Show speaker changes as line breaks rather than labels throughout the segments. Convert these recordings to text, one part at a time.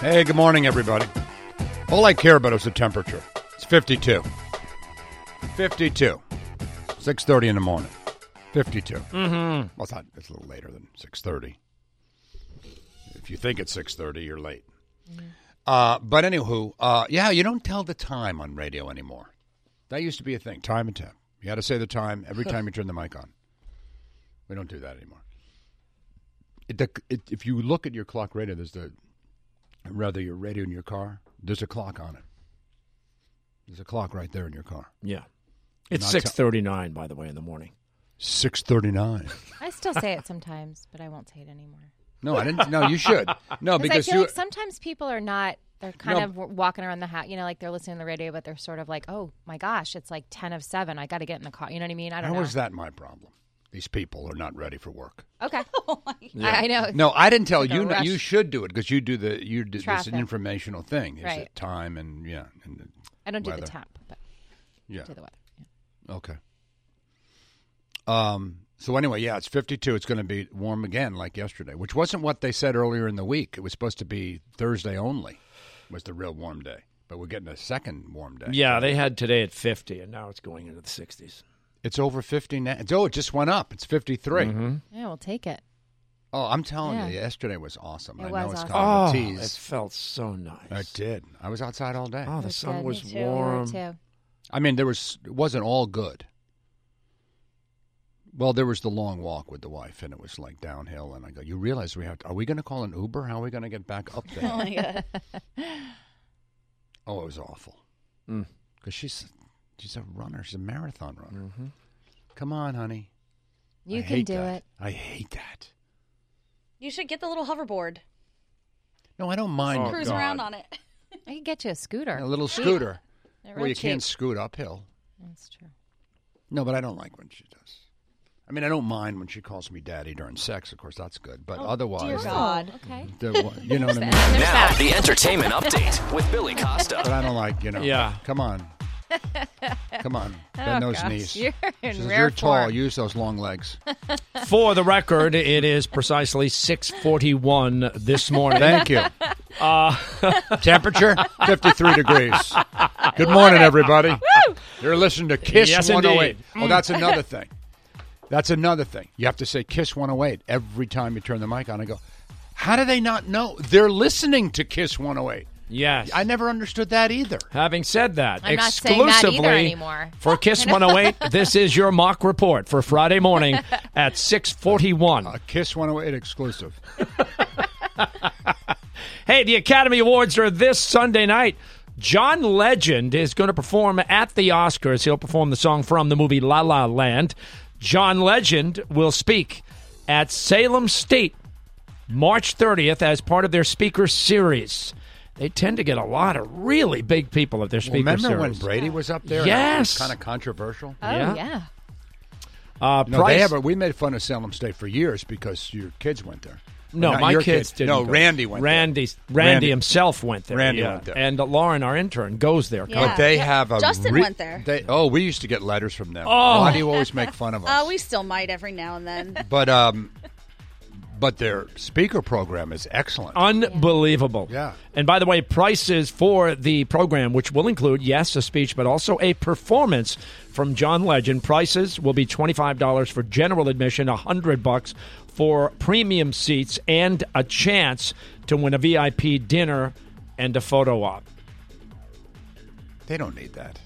Hey, good morning, everybody. All I care about is the temperature. It's 52. 52. 6.30 in the morning. 52. Mm-hmm. Well, it's, not, it's a little later than 6.30. If you think it's 6.30, you're late. Uh, but anywho, uh, yeah, you don't tell the time on radio anymore. That used to be a thing, time and time. You had to say the time every time you turn the mic on. We don't do that anymore. It, the, it, if you look at your clock radio, there's the rather your radio in your car. There's a clock on it. There's a clock right there in your car.
Yeah. It's
Not
six thirty nine, by the way, in the morning.
Six thirty nine.
I still say it sometimes, but I won't say it anymore.
No, I didn't. No, you should. No,
Because
because
I feel
you.
like sometimes people are not. They're kind
No.
of w- walking around the house, you know, like they're listening to the radio, but they're sort of like, "Oh my gosh, it's like ten of seven. I got to get in the car." You know what I mean? I don't
How
know.
is that my problem? These people are not ready for work.
Okay,
Oh
I, I know.
No, I didn't tell
Like a
you.
rush.
You should do it because you do the. You do this
Traffic.
an informational thing. Is
Right.
it time and yeah and the-
I don't do
Weather.
the temp, but
yeah.
I do the weather. Yeah.
Okay. Um. So anyway, yeah, it's 52. It's going to be warm again, like yesterday, which wasn't what they said earlier in the week. It was supposed to be Thursday only, was the real warm day. But we're getting a second warm day.
Yeah, they had today at fifty and now it's going into the sixties.
It's over 50 now. Oh, it just went up. It's 53.
Mm-hmm.
Yeah, we'll take it.
Oh, I'm telling
Yeah.
you, yesterday was awesome.
It
I know
was
it's
awesome.
kind of a
Oh, it
tease.
felt so nice.
I did. I was outside all day.
Oh, the
It's
sun
good.
was
Me too. We were
warm.
too.
I mean, there was it wasn't all good. Well, there was the long walk with the wife, and it was like downhill. And I go, you realize we have? To, are we going to call an Uber? How are we going to get back up there? oh my god! oh, it was awful.
Mm.
Because she's she's a runner. She's a marathon runner.
Mm-hmm.
Come on, honey.
You
I
can
hate
do
that.
it.
I hate that.
You should get the little hoverboard.
No, I don't mind.
Oh,
Cruise
God.
around on it.
I can get you a scooter.
A little scooter.
They're
Well,
real
you can't
cheap.
scoot uphill.
That's true.
No, but I don't like when she does. I mean, I don't mind when she calls me daddy during sex. Of course, that's good.
Oh,
But
Dear
otherwise,
God.
Okay.
the one- you know what I mean.
And there's
Now,
that.
the entertainment update with Billy Costa.
But I don't like you know.
Yeah.
Come on. Come on. Bend those
Oh, gosh,
knees.
you're in
She says,
rare
"You're tall.
form."
Use those long legs.
For the record, it is precisely six forty one this morning.
Thank you.
Uh,
Temperature 53 degrees. Good morning, everybody. You're listening to Kiss
Yes,
108.
indeed.
Mm.
Well, Oh, that's another thing. That's another thing. You have to say Kiss 108 every time you turn the mic on. I go, how do they not know? They're listening to Kiss 108.
Yes.
I never understood that either.
Having said that,
I'm not saying
exclusively
that either anymore.
for Kiss 108, this is your mock report for Friday morning at 6:41.
A Kiss 108 exclusive.
Hey, the Academy Awards are this Sunday night. John Legend is going to perform at the Oscars. He'll perform the song from the movie La La Land. John Legend will speak at Salem State March 30th as part of their speaker series. They tend to get a lot of really big people at their speaker
Remember
series.
when Brady was up there?
Yes.
kind of controversial.
Oh
Yeah.
yeah.
uh,
No,
Price,
they have. A, we made fun of Salem State for years because your kids went there.
No,
Not
my
your
kids
kid.
didn't.
No,
go.
Randy went. there.
Randy's, Randy,
Randy-
himself went there.
Randy
yeah.
went there.
And uh, Lauren, our intern, goes there.
Yeah.
But they
Yeah.
have a.
Justin went there.
They, oh, we used to get letters from them.
Oh.
Why do you always make fun of us?
Uh, we still might every now and then.
But um, but their speaker program is excellent.
Uh, Unbelievable.
Yeah.
And by the way, prices for the program, which will include, yes, a speech, but also a performance from John Legend. Prices will be $25 for general admission, 100 bucks for premium seats, and a chance to win a VIP dinner and a photo op.
They don't need that.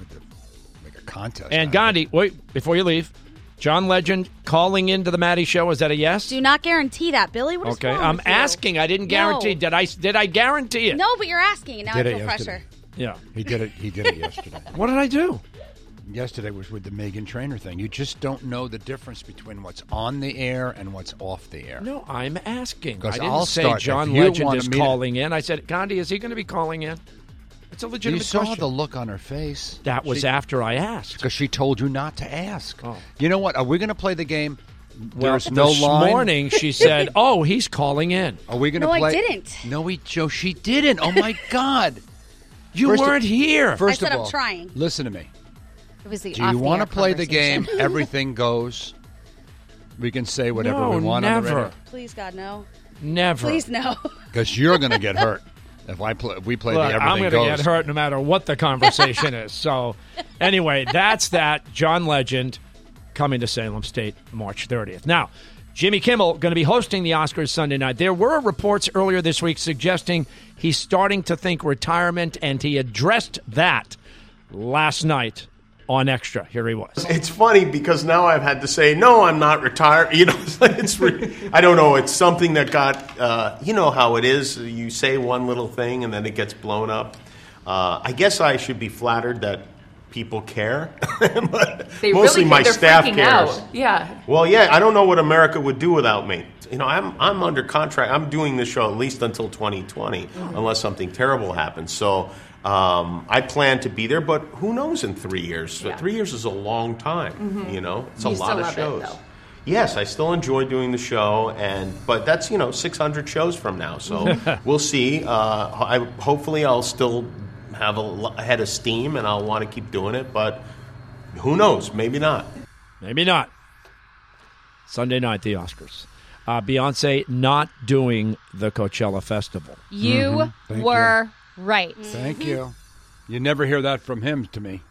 Like a- Like a contest.
And
I
Gandhi, wait, before you leave, John Legend calling into the Maddie Show, is that a yes?
Do not guarantee that, Billy. What is
Okay,
wrong
I'm
with you?
asking. I didn't guarantee.
No.
Did I? Did I guarantee it?
No, but you're asking, and now
did
I
it
feel
yesterday.
pressure.
Yeah.
He did it. He did it yesterday.
What did I do?
yesterday was with the Megan Trainer thing. You just don't know the difference between what's on the air and what's off the air.
No, I'm asking. I
'Cause
didn't
I'll
say
start.
John
If you
Legend
wanna
is
meet-
calling in. I said, Gandhi, is he going to be calling in? It's a
You
legitimate
saw
question.
the look on her face.
that was
She-
after I asked.
because she told you not to ask.
Oh.
You know what? Are we going to play the game?
Well,
There's no
this
line.
morning she said, "Oh, he's calling in."
Are we going to
No, I
play?
didn't.
No, we Joe. She didn't. Oh my God!
You
First of-
weren't here.
First
said
of
I'm
all,
trying.
Listen to me.
It was the.
Do you
want to
play the game? Everything goes. We can say whatever
No,
we want on the
never.
radio
Please, God, no.
Never.
Please, no.
because you're going to get hurt if I play. If we play
Look,
the
I'm
everything
going to
goes.
get hurt no matter what the conversation is. So, anyway, that's that. John Legend coming to Salem State March 30th. Now, Jimmy Kimmel going to be hosting the Oscars Sunday night. There were reports earlier this week suggesting he's starting to think retirement, and he addressed that last night on Extra. Here he was.
It's funny because now I've had to say, no, I'm not retired. You know, it's like it's re- I don't know. It's something that got, uh, you know how it is. You say one little thing and then it gets blown up. Uh, I guess I should be flattered that people care, but
They
mostly
really
my
think they're
staff
freaking
cares.
out. Yeah.
Well, yeah, I don't know what America would do without me. You know, I'm I'm under contract. I'm doing this show at least until 2020, unless something terrible happens. So um, I plan to be there, but who knows in three years?
Yeah. Mm-hmm.
Three years is a long time. You know, it's
You
a
still
lot of
love it,
shows.
though.
Yes, I still enjoy doing the show, and but that's you know 600 shows from now, so we'll see. Uh, I hopefully I'll still have a, l- head of steam, and I'll want to keep doing it, but who knows? Maybe not.
Maybe not. Sunday night, the Oscars. Uh, Beyonce not doing the Coachella Festival.
You were right.
Thank you. You never hear that from him to me.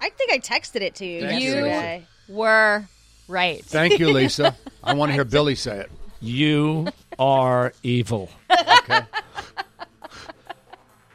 I think I texted it to you
Thank you.
yesterday.
Were right.
Thank you, Lisa. I want to hear Billy say it.
You are evil.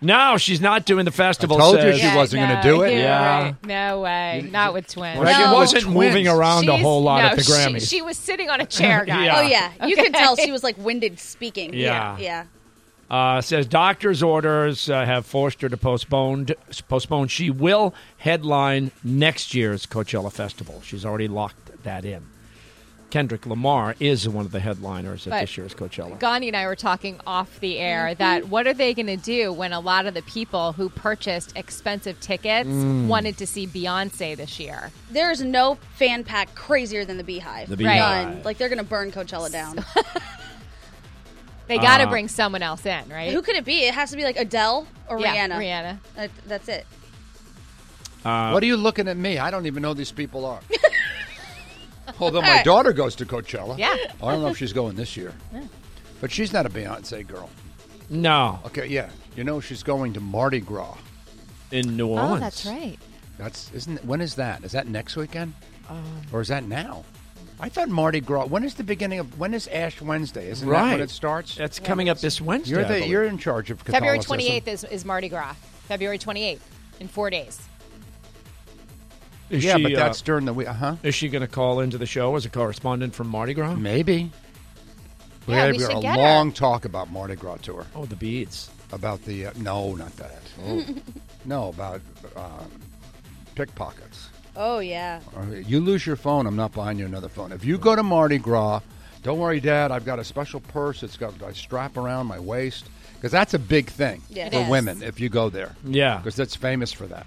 No, she's not doing the festival.
told you
says-
she wasn't gonna do it.
you're
Yeah.
right. No way. Not with twins.
Well,
She
No.
wasn't
Twins.
moving around a
She's-
whole lot
no,
at the
she-
Grammys.
She, was sitting on a chair, guy.
Yeah.
Oh yeah, you
Okay.
could tell she was like winded speaking.
Yeah.
yeah. yeah.
uh, says doctor's orders uh, have forced her to postponed postpone. She will headline next year's Coachella Festival. She's already locked that in. Kendrick Lamar is one of the headliners at
But
this year's Coachella.
Gandhi and I were talking off the air that what are they going to do when a lot of the people who purchased expensive tickets wanted to see Beyonce this year?
There's no fan pack crazier than the Beehive.
The
Right.
Beehive.
None. Like they're gonna burn Coachella down.
They got to bring someone else in, right?
Who could it be? It has to be like Adele or
Yeah,
Rihanna.
Rihanna.
That, that's it.
Uh,
what are you looking at me? I don't even know who these people are. Although my
right.
daughter goes to Coachella.
Yeah.
I don't know if she's going this year. But she's not a Beyonce girl.
No,
Okay, yeah. You know she's going to Mardi Gras.
in New Orleans.
Oh, that's right.
That's isn't it- when is that? Is that next weekend?
Um,
or is that now? I thought Mardi Gras. When is the beginning of when is Ash Wednesday? Isn't that
Right.
when it starts?
That's coming up this Wednesday.
you're
I
the,
believe.
you're in charge of
February
Catholicism.
28th is, is Mardi Gras. February 28th in four days.
Is
Yeah,
she,
but
uh,
that's during the week. Uh huh.
Is she going to call into the show as a correspondent from Mardi Gras?
Maybe.
Yeah,
had
we
a
should get her.
long talk about Mardi Gras tour.
Oh, the beads.
About the. Uh, no, not that. no, about um, pickpockets.
Oh yeah.
All right, You lose your phone, I'm not buying you another phone. If you go to Mardi Gras, don't worry, Dad, I've got a special purse. It's got a strap around my waist. Because that's a big thing
Yeah. It
for
is.
women if you go there.
Yeah.
Because that's famous for that.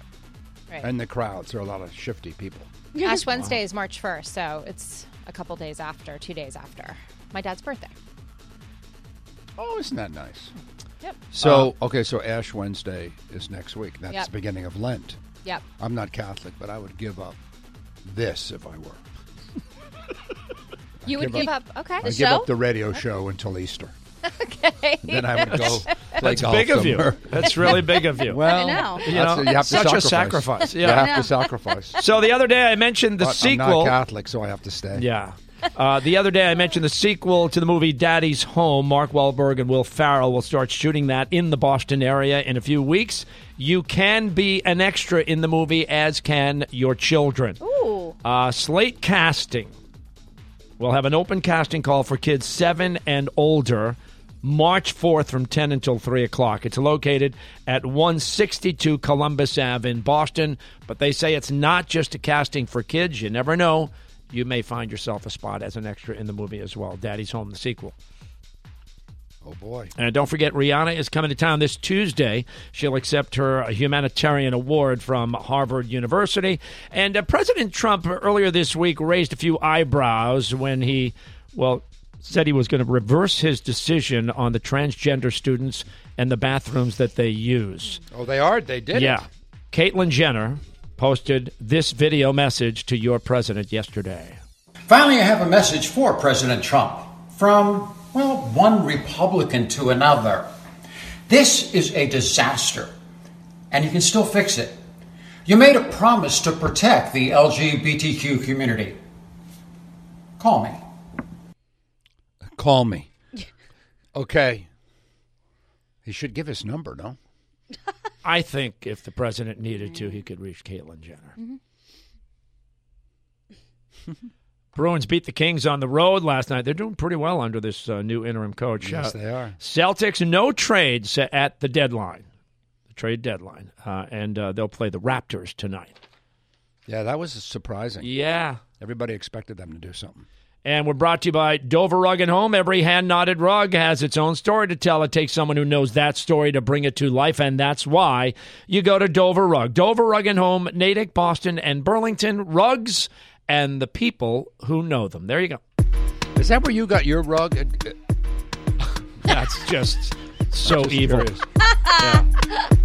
Right.
And the crowds. There are a lot of shifty people.
Ash Wednesday is March 1st, so it's a couple days after, two days after my dad's birthday.
Oh, isn't that nice?
Yep.
So, okay, so Ash Wednesday is next week. That's
Yep.
the beginning of Lent.
Yep.
I'm not Catholic, but I would give up this if I were.
You would
give
give up, okay.
I'd give
show?
up the radio show until Easter. Okay. Then I would go play
That's
golf
big of you.
somewhere.
That's really big of you.
Well,
know.
that's-
You know,
you have to
such a
sacrifice.
sacrifice, yeah.
You have to sacrifice.
so the other day I mentioned the
But I'm not
sequel.
Catholic, so I have to stay.
Yeah. Uh, the other day, I mentioned the sequel to the movie Daddy's Home. Mark Wahlberg and Will Farrell will start shooting that in the Boston area in a few weeks. You can be an extra in the movie, as can your children.
Ooh.
Uh, slate casting. We'll have an open casting call for kids seven and older, March 4th from 10 until 3 o'clock. It's located at 162 Columbus Ave in Boston, but they say it's not just a casting for kids. You never know. You may find yourself a spot as an extra in the movie as well. Daddy's Home, the sequel.
Oh boy.
And don't forget, Rihanna is coming to town this Tuesday. She'll accept her humanitarian award from Harvard University. And uh, President Trump earlier this week raised a few eyebrows when he, well, said he was going to reverse his decision on the transgender students and the bathrooms that they use.
Oh, they are. They did.
Yeah. Caitlyn Jenner posted this video message to your president yesterday.
Finally, I have a message for President Trump from, well, one Republican to another. This is a disaster, and you can still fix it. You made a promise to protect the LGBTQ community. Call me.
Call me. Okay. He should give his number, no?
I think if the president needed to, he could reach Caitlyn Jenner. Bruins beat the Kings on the road last night. They're doing pretty well under this uh, new interim coach.
Yes,
Uh,
they are.
Celtics no trades at the deadline, the trade deadline, uh, and uh, they'll play the Raptors tonight.
Yeah, that was surprising.
Yeah.
Everybody expected them to do something.
And we're brought to you by Dover Rug and Home. Every hand knotted rug has its own story to tell. It takes someone who knows that story to bring it to life, and that's why you go to Dover Rug. Dover Rug and Home, Natick, Boston, and Burlington. Rugs and the people who know them. There you go.
Is that where you got your rug? Uh, uh,
That's just so evil.
curious.
Yeah.